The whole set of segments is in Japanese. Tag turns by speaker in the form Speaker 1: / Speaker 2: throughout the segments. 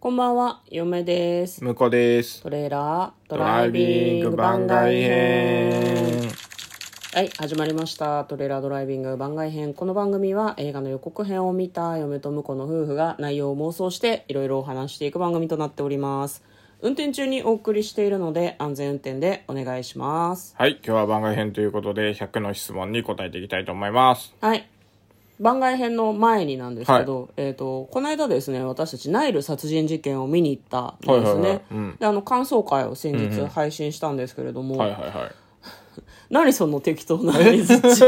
Speaker 1: こんばんは、嫁です。
Speaker 2: 向こうです。
Speaker 1: トレーラード
Speaker 2: ド
Speaker 1: ラ
Speaker 2: ラ
Speaker 1: イ
Speaker 2: イ
Speaker 1: ビ
Speaker 2: ビ
Speaker 1: ン
Speaker 2: ン
Speaker 1: グ
Speaker 2: グ
Speaker 1: 番
Speaker 2: 番
Speaker 1: 外
Speaker 2: 外
Speaker 1: 編。
Speaker 2: 編。
Speaker 1: はい、始まりました。トレーラードライビング番外編。この番組は映画の予告編を見た嫁と婿の夫婦が内容を妄想していろいろお話していく番組となっております。運転中にお送りしているので安全運転でお願いします。
Speaker 2: はい、今日は番外編ということで、100の質問に答えていきたいと思います。
Speaker 1: はい。番外編の前になんですけど、えっ、と、この間ですね、私たちナイル殺人事件を見に行ったんです
Speaker 2: はいはいはい
Speaker 1: ね
Speaker 2: う。
Speaker 1: で、あの、感想会を先日配信したんですけれども、
Speaker 2: はいはいはい。
Speaker 1: 何その適当な相槌 ちょ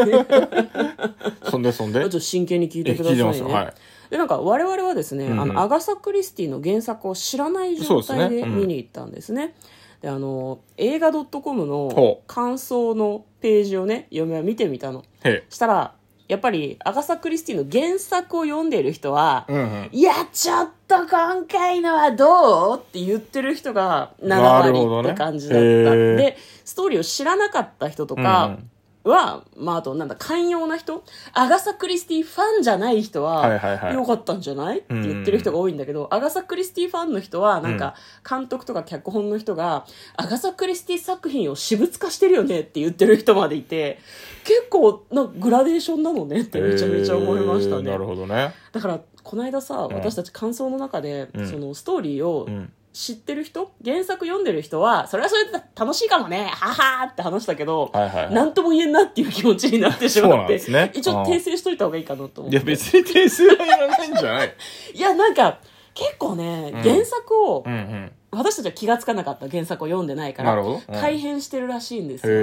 Speaker 2: そんで そんで
Speaker 1: っ。と真剣に聞いてくださ
Speaker 2: え聞いてま
Speaker 1: い
Speaker 2: すよ
Speaker 1: ね。
Speaker 2: はい
Speaker 1: でなんか我々はですね、あのアガサ・クリスティの原作を知らない状態
Speaker 2: そうで
Speaker 1: です
Speaker 2: ねうん
Speaker 1: 見に行ったんですね。であの映画 .com の
Speaker 2: ほう
Speaker 1: 感想のページをね嫁は見てみたの。
Speaker 2: へ
Speaker 1: したらやっぱりアガサ・クリスティの原作を読んでいる人は
Speaker 2: え。うんうん。
Speaker 1: いや、ちょっと今回のはどうって言ってる人が7
Speaker 2: なるほど
Speaker 1: 割
Speaker 2: ね
Speaker 1: って感じだった。
Speaker 2: へー
Speaker 1: で、ストーリーを知らなかった人とかは、まああとなんだ、寛容な人アガサ・クリスティファンじゃない人は、
Speaker 2: はいはいはい
Speaker 1: よかったんじゃないって言ってる人が多いんだけど、アガサ・クリスティファンの人は、なんか、監督とか脚本の人が、アガサ・クリスティ作品を私物化してるよねって言ってる人までいて、結構なグラデーションなのねってめちゃめちゃ思いました
Speaker 2: へえ
Speaker 1: ね。
Speaker 2: なるほどね。
Speaker 1: だからこの間さ、
Speaker 2: うん
Speaker 1: 私たち感想の中で、
Speaker 2: うん
Speaker 1: そのストーリーを
Speaker 2: うん。
Speaker 1: 知ってる人、原作読んでる人はそれはそれで楽しいかもねははーって話したけど、
Speaker 2: はいはいは
Speaker 1: なんとも言えんなっていう気持ちになってしまって
Speaker 2: そうなんですね
Speaker 1: 一応訂正しといた方がいいかなと思
Speaker 2: い。
Speaker 1: っ
Speaker 2: い
Speaker 1: て
Speaker 2: や、別に訂正はいらないんじゃない
Speaker 1: いやなんか結構ね、
Speaker 2: うん
Speaker 1: 原作を、
Speaker 2: うんうん。
Speaker 1: 私たちは気がつかなかった原作を読んでないから
Speaker 2: なるほどうん
Speaker 1: 改編してるらしいんですよ
Speaker 2: へ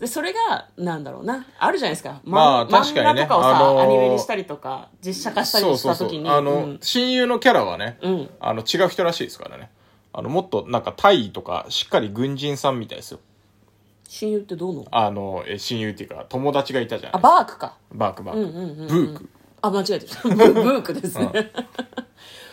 Speaker 2: え。
Speaker 1: でそれがなんだろうなあるじゃないですか、
Speaker 2: まあ
Speaker 1: 漫画
Speaker 2: 確かにね
Speaker 1: 漫画とかをさ、
Speaker 2: あのー
Speaker 1: アニメにしたりとか実写化したりした時に
Speaker 2: あ
Speaker 1: う
Speaker 2: の
Speaker 1: ん、
Speaker 2: 親友のキャラはね、
Speaker 1: うん
Speaker 2: あの、違う人らしいですからね。あの、もっとなんか、タイとか、しっかり軍人さんみたいですよ。
Speaker 1: 親友ってどうの
Speaker 2: あの、え親友っていうか、友達がいたじゃな
Speaker 1: あ
Speaker 2: いですか。
Speaker 1: バークか
Speaker 2: バークバー
Speaker 1: う
Speaker 2: ク。
Speaker 1: んうんうん
Speaker 2: ブーク。
Speaker 1: あ間違えてるブブークですね、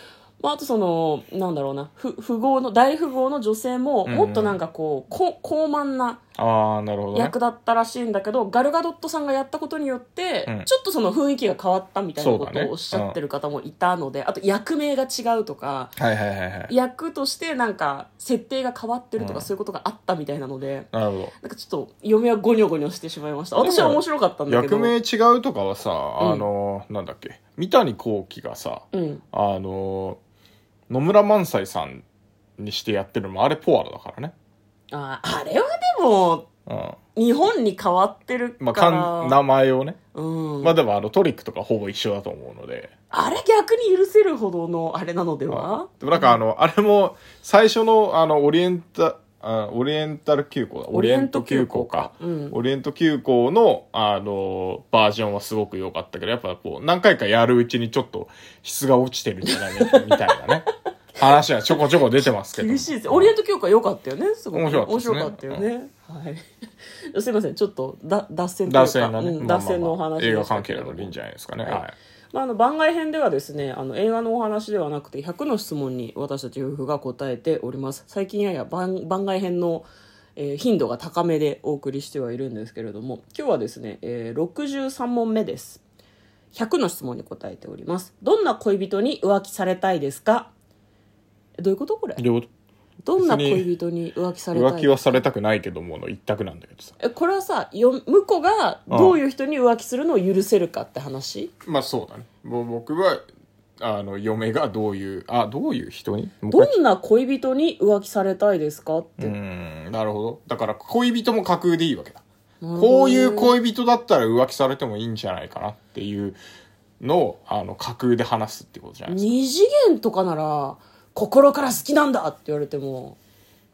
Speaker 1: まあ、あとそのなんだろうなふ富豪の大富豪の女性も
Speaker 2: うん
Speaker 1: もっとなんかこう、こ高慢な
Speaker 2: ああ、なるほどね。
Speaker 1: 役だったらしいんだけど、ガルガドットさんがやったことによって、
Speaker 2: うん
Speaker 1: ちょっとその雰囲気が変わったみたいなこ
Speaker 2: そう
Speaker 1: と
Speaker 2: だね
Speaker 1: をおっしゃってる方もいたので、あと役名が違うとか
Speaker 2: はいはいはいはい。
Speaker 1: 役としてなんか設定が変わってるとか、
Speaker 2: うん
Speaker 1: そういうことがあったみたいなので
Speaker 2: なるほ
Speaker 1: なんかちょっと嫁はゴニョゴニョしてしまいました
Speaker 2: でも
Speaker 1: 私は面白かったん
Speaker 2: ど。
Speaker 1: だけど
Speaker 2: 役名違うとかはさ、あの、なんだっけ、三谷幸喜がさ、
Speaker 1: うん
Speaker 2: あの、野村萬斎さんにしてやってるのも、あれポアロだからね。
Speaker 1: あーあれはでも
Speaker 2: う
Speaker 1: 日本に変わってる
Speaker 2: ん。まあ、
Speaker 1: から、
Speaker 2: かん名前をね。
Speaker 1: うん
Speaker 2: まあでも、あの、トリックとかほぼ一緒だと思うので。
Speaker 1: あれ逆に許せるほどのあれなのでは
Speaker 2: でもなんかあの、あれも、最初の、あの、オリエンタ、あオリエンタル急行だ。オリエント急行か。
Speaker 1: うん
Speaker 2: オリエント急行の、あの、バージョンはすごく良かったけど、やっぱこう、何回かやるうちにちょっと質が落ちてるんじゃないかみたいな ね。話はちょこちょこ出てますけど。
Speaker 1: 厳しいですオリエント教科良かったよねすごく
Speaker 2: 面白かったですね
Speaker 1: 面白かったよね、はい すいませんちょっとだ脱線というか
Speaker 2: 脱線がね。
Speaker 1: うん
Speaker 2: まあまあまあ
Speaker 1: 脱線のお話
Speaker 2: 映画
Speaker 1: でした
Speaker 2: 関
Speaker 1: け
Speaker 2: 係
Speaker 1: れ
Speaker 2: な
Speaker 1: ども
Speaker 2: のでいいんじゃないですかね。
Speaker 1: はい
Speaker 2: はい。
Speaker 1: まあ、あの番外編ではですねあの映画のお話ではなくて100の質問に私たち夫婦が答えております最近やや番番外編の、えー頻度が高めでお送りしてはいるんですけれども今日はですね、えー63問目です100の質問に答えておりますどんな恋人に浮気されたいですかえどういうことこれ
Speaker 2: 両方
Speaker 1: どんな恋人に浮気されたい
Speaker 2: 浮気はされたくないけどもの一択なんだけどさ。
Speaker 1: えこれはさよ向こうがどういう人に浮気するのを許せるかって話
Speaker 2: まあそうだね。もう僕は、あの、嫁がどういう、あ、どういう人にもう一回
Speaker 1: どんな恋人に浮気されたいですかって
Speaker 2: うーんなるほどだから恋人も架空でいいわけだ
Speaker 1: るほどね
Speaker 2: こういう恋人だったら浮気されてもいいんじゃないかなっていうのをあの架空で話すってことじゃないですか
Speaker 1: 二次元とかなら心から好きなんだって言われても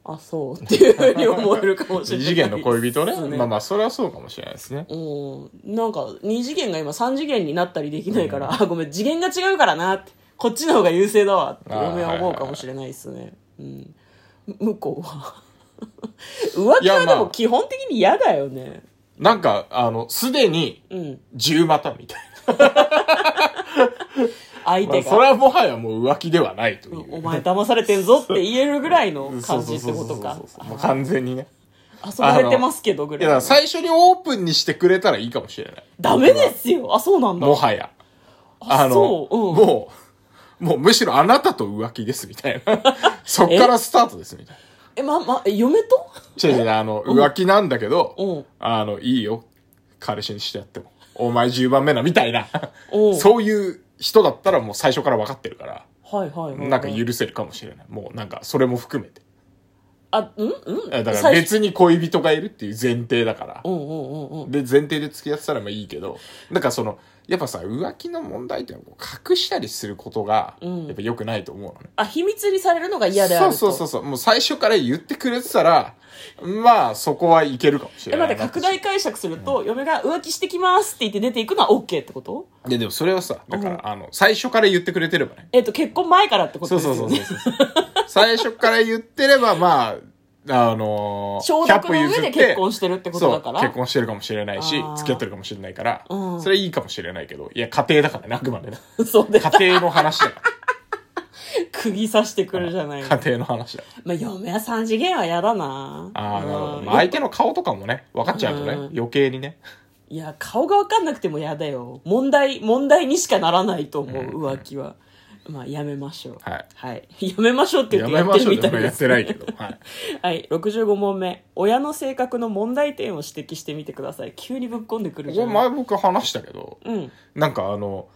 Speaker 1: あそうっていうふうに思えるかもしれない
Speaker 2: 二次元の恋人ね
Speaker 1: そう
Speaker 2: まあまあそれはそうかもしれないですね
Speaker 1: うんなんか二次元が今三次元になったりできないから、あごめん次元が違うからなってこっちの方が優勢だわって嫁は思うかもしれないですね、うんむ向こうは 浮気
Speaker 2: い
Speaker 1: は
Speaker 2: やま
Speaker 1: で
Speaker 2: あ
Speaker 1: も基本的に嫌だよね、
Speaker 2: なんかあのすでに
Speaker 1: うん
Speaker 2: 十股みたい
Speaker 1: 相
Speaker 2: な、ま
Speaker 1: 手が、
Speaker 2: あ、それはもはやもう浮気ではないという、
Speaker 1: お前騙されてんぞって言えるぐらいの感じってことか
Speaker 2: そうそうそうそうもう完全にね
Speaker 1: 遊ばれてますけどぐ
Speaker 2: いやだからら
Speaker 1: い
Speaker 2: 最初にオープンにしてくれたらいいかもしれない
Speaker 1: ダメですよあそうなんだ
Speaker 2: もはや
Speaker 1: あそう、うん、
Speaker 2: もうもうむしろあなたと浮気ですみたい な。そっからスタートですみたい
Speaker 1: えまま嫁と
Speaker 2: な。違う違う、あの、浮気なんだけ
Speaker 1: うん
Speaker 2: ど、あの、いいよ。彼氏にしてやっても。お前10番目な、みたいな
Speaker 1: うん。
Speaker 2: そういう人だったらもう最初から分かってるから、
Speaker 1: はいはいはいはい
Speaker 2: なんか許せるかもしれない。もうなんか、それも含めて。
Speaker 1: あうんうん
Speaker 2: だから
Speaker 1: 最初
Speaker 2: 別に恋人がいるっていう前提だから
Speaker 1: う。んうんうんうん
Speaker 2: で、前提で付き合ってたらまあいいけど、なんかその、やっぱさ、浮気の問題ってのはこう隠したりすることが、
Speaker 1: うん
Speaker 2: やっぱ良くないと思うのね。
Speaker 1: あ秘密にされるのが嫌であると
Speaker 2: そうそうそうそう。もう最初から言ってくれてたら、まあそこはいけるかもし
Speaker 1: え
Speaker 2: れない
Speaker 1: 待って拡大解釈すると、嫁が浮気してきますって言って出ていくのは OK ってこと
Speaker 2: で、でもそれはさ、だか
Speaker 1: うん
Speaker 2: ら、あの、最初から言ってくれてればね。
Speaker 1: えっ、と結婚前からってこと
Speaker 2: そ
Speaker 1: で
Speaker 2: う
Speaker 1: すよ
Speaker 2: そう
Speaker 1: ね
Speaker 2: そうそうそう。 最初から言ってれば、まあ、あのー、
Speaker 1: 承諾の上で結婚してるってことだか
Speaker 2: そう
Speaker 1: ら
Speaker 2: 結婚してるかもしれないし
Speaker 1: あー
Speaker 2: 付き合ってるかもしれないから、
Speaker 1: うん
Speaker 2: それいいかもしれないけどいや家庭だからねあくまでね
Speaker 1: そう で
Speaker 2: 家庭の話だか
Speaker 1: 釘刺してく
Speaker 2: ら
Speaker 1: るじゃないの
Speaker 2: 家庭の話だ
Speaker 1: まあ嫁は三次元は嫌だな
Speaker 2: ああなるほど、
Speaker 1: うん
Speaker 2: まあ、相手の顔とかもね分かっちゃうとね、
Speaker 1: うん
Speaker 2: 余計にね
Speaker 1: いや顔が分かんなくても嫌だよ問題問題にしかならないと思う、浮気はまあやめましょう
Speaker 2: はい
Speaker 1: はい、 やめましょうって言って
Speaker 2: やめ
Speaker 1: やっ
Speaker 2: ま
Speaker 1: て
Speaker 2: し
Speaker 1: る
Speaker 2: ょう
Speaker 1: みたい
Speaker 2: でも
Speaker 1: で
Speaker 2: やっ
Speaker 1: す
Speaker 2: てないけど、はい、
Speaker 1: はい、65問目親の性格の問題点を指摘してみてください急にぶっこんでくる
Speaker 2: こ
Speaker 1: じゃ
Speaker 2: れ
Speaker 1: ん
Speaker 2: 前僕話したけど
Speaker 1: うん
Speaker 2: なんかあの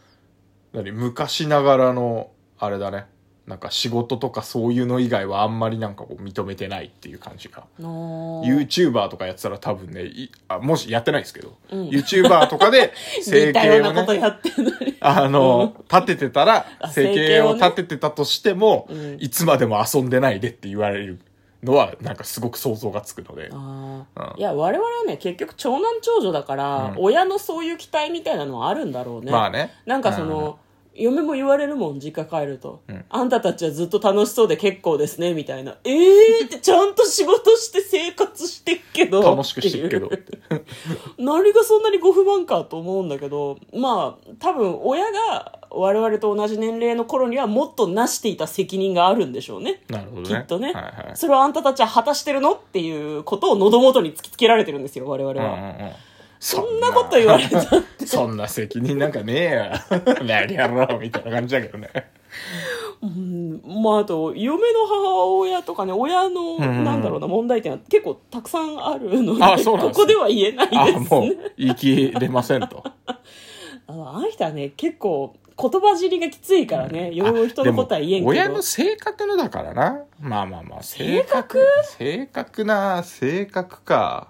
Speaker 2: 何昔ながらのあれだねなんか仕事とかそういうの以外はあんまりなんかこう認めてないっていう感じが
Speaker 1: の
Speaker 2: YouTuber とかやってたら多分ねいあもしやってないですけど、
Speaker 1: うん
Speaker 2: YouTuber とかで生
Speaker 1: 似たよ
Speaker 2: 計
Speaker 1: う
Speaker 2: を
Speaker 1: なこと
Speaker 2: ね
Speaker 1: やってるのに
Speaker 2: あの立ててたら
Speaker 1: あ
Speaker 2: 生
Speaker 1: 生
Speaker 2: 計
Speaker 1: 計を
Speaker 2: を
Speaker 1: ね
Speaker 2: 立ててたとしても、
Speaker 1: うん
Speaker 2: いつまでも遊んでないでって言われるのはなんかすごく想像がつくので、
Speaker 1: あ
Speaker 2: う
Speaker 1: ー
Speaker 2: ん
Speaker 1: いや我々はね結局長男長女だから、
Speaker 2: うん
Speaker 1: 親のそういう期待みたいなのはあるんだろうね、
Speaker 2: まあね
Speaker 1: なんかその、嫁も言われるもん実家帰ると、
Speaker 2: うん
Speaker 1: あんたたちはずっと楽しそうで結構ですねみたいなええー、 ってちゃんと仕事して生活してっけど
Speaker 2: 楽しくしてるけど
Speaker 1: っていう何がそんなにご不満かと思うんだけどまあ多分親が我々と同じ年齢の頃にはもっとなしていた責任があるんでしょうね
Speaker 2: なるほどね
Speaker 1: きっとね、
Speaker 2: はいはい
Speaker 1: それをあんたたちは果たしてるのっていうことを喉元に突きつけられてるんですよ我々
Speaker 2: うん
Speaker 1: は、
Speaker 2: うんうん
Speaker 1: そんなこと言われたら
Speaker 2: そんな責任なんかねえよ何 やろうみたいな感じだけどね
Speaker 1: うんまああと嫁の母親とかね親の
Speaker 2: んうん
Speaker 1: なんだろうな問題点は結構たくさんあるので
Speaker 2: あそうな
Speaker 1: こ
Speaker 2: んですね
Speaker 1: こでは言えない
Speaker 2: あ
Speaker 1: です
Speaker 2: も
Speaker 1: ね
Speaker 2: う言い切れませんと
Speaker 1: あのあの人はね結構言葉尻がきついからね、嫁も人のことは 言えんけ
Speaker 2: で
Speaker 1: ど
Speaker 2: も親の性格のだからなまあまあまあ
Speaker 1: 性格
Speaker 2: 性格な性格か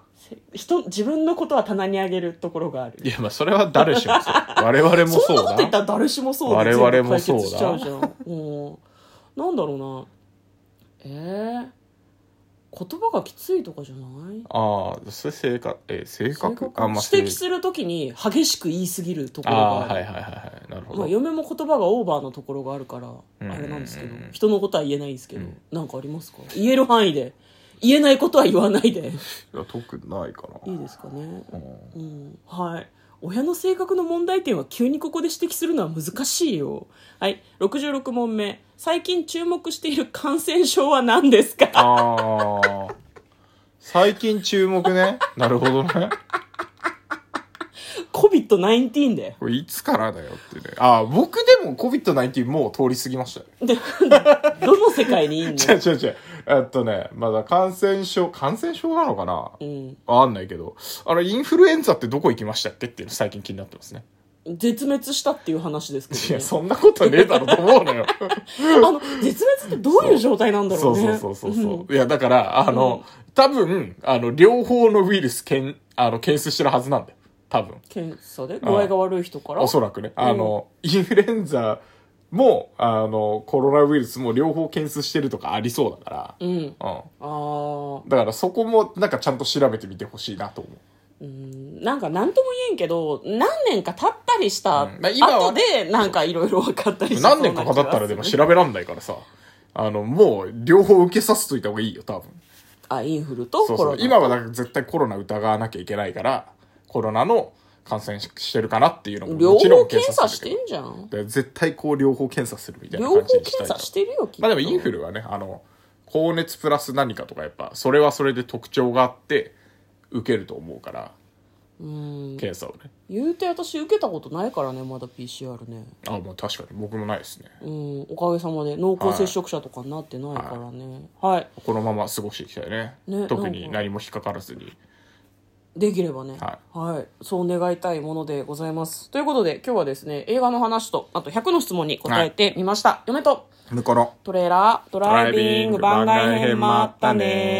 Speaker 1: 人自分のことは棚にあげるところがある
Speaker 2: いやまあそれは誰しも そう我々
Speaker 1: そ
Speaker 2: もそ
Speaker 1: ん
Speaker 2: う
Speaker 1: なこと言ったら
Speaker 2: だ
Speaker 1: 誰しもそうで
Speaker 2: 我々もそう
Speaker 1: 全部解
Speaker 2: だ
Speaker 1: 決しちゃうじゃん、うん、なんだろうなえー、言葉がきついとかじゃない
Speaker 2: ああそれ性格え性格
Speaker 1: 性格
Speaker 2: あまあ
Speaker 1: 指摘するときに激しく言いすぎるところ
Speaker 2: あ
Speaker 1: が
Speaker 2: あ
Speaker 1: あ
Speaker 2: ー
Speaker 1: る
Speaker 2: はいはいはいはいなるほ
Speaker 1: まあ、
Speaker 2: ど
Speaker 1: 嫁も言葉がオーバーなところがあるから
Speaker 2: うん
Speaker 1: あれなんですけど
Speaker 2: うん
Speaker 1: 人のことは言えないんですけど、
Speaker 2: うん
Speaker 1: なんかありますか言える範囲で言えないことは言わない で
Speaker 2: いや特にないかない
Speaker 1: いですかね
Speaker 2: う
Speaker 1: う
Speaker 2: ん
Speaker 1: んはい親の性格の問題点は急にここで指摘するのは難しいよはい66問目最近注目している感染症は何です か
Speaker 2: ああ最近注目ねなるほどね
Speaker 1: COVID-19 で
Speaker 2: これいつからだよってねああ僕でも COVID-19 もう通り過ぎましたよ
Speaker 1: でどの世界に いん
Speaker 2: 違
Speaker 1: の
Speaker 2: う違う違う。えっとね、まだ感染症、感染症なのかな
Speaker 1: うん
Speaker 2: わかんないけど、あれ、インフルエンザってどこ行きましたっけっていうの最近気になってますね。
Speaker 1: 絶滅したっていう話ですけ
Speaker 2: い
Speaker 1: ど、ね、
Speaker 2: や、そんなことねえだろと思うの よ。
Speaker 1: あの絶滅ってどういう状態なんだろ
Speaker 2: そうう
Speaker 1: ね
Speaker 2: そうそうそうそう。いや、だから、あの、多分、あの、両方のウイルスけんあの検出してるはずなんだよ。多分。
Speaker 1: 検査で具合が悪い人から
Speaker 2: おそらくね。あの、インフルエンザも、あの、コロナウイルスも両方検出してるとかありそうだか
Speaker 1: うん
Speaker 2: ら、うん。
Speaker 1: あー
Speaker 2: だからそこも、なんかちゃんと調べてみてほしいなと思う。
Speaker 1: うんなんか何とも言えんけど何年か経ったりした
Speaker 2: うんまあ今は
Speaker 1: 後でなんかいろいろ分かったりしそう
Speaker 2: 何
Speaker 1: な
Speaker 2: 年
Speaker 1: 気が
Speaker 2: か
Speaker 1: す
Speaker 2: か
Speaker 1: る
Speaker 2: かったらでも調べらんないからさ。あの、もう、両方受けさせといた方がいいよ、多分。
Speaker 1: あインフルと
Speaker 2: そう
Speaker 1: コ
Speaker 2: そ
Speaker 1: ロ
Speaker 2: う。
Speaker 1: ナ
Speaker 2: 今はだから絶対コロナ疑わなきゃいけないから、コロナの感染ししてるかなっていうのも
Speaker 1: 両
Speaker 2: もちろ
Speaker 1: 方
Speaker 2: ん検
Speaker 1: 検査
Speaker 2: 査
Speaker 1: し
Speaker 2: する
Speaker 1: て
Speaker 2: けど
Speaker 1: んじゃん
Speaker 2: だから絶対こう両方検査するみたいな
Speaker 1: 両方
Speaker 2: 感じにした
Speaker 1: 検
Speaker 2: いと
Speaker 1: 査してるよきっと
Speaker 2: まあでもインフルはね、あの、高熱プラス何かとかやっぱ、それはそれで特徴があって、受けると思うから、
Speaker 1: うん
Speaker 2: 検査をね。
Speaker 1: 言うて私受けたことないからねまだ PCR ね
Speaker 2: あ、もう確かに僕もないですね。
Speaker 1: うんおかげさまで濃厚接触者とかになってないからねはい、
Speaker 2: このまま過ごしていきたいね。
Speaker 1: ね
Speaker 2: 特
Speaker 1: な
Speaker 2: に
Speaker 1: んか
Speaker 2: 何も引っかからずに。
Speaker 1: できればね、
Speaker 2: はい
Speaker 1: そう願いたいものでございますということで今日はですね映画の話とあと100の質問に答えてみました、嫁と
Speaker 2: だから、
Speaker 1: トレーラードライビング番外編もあったね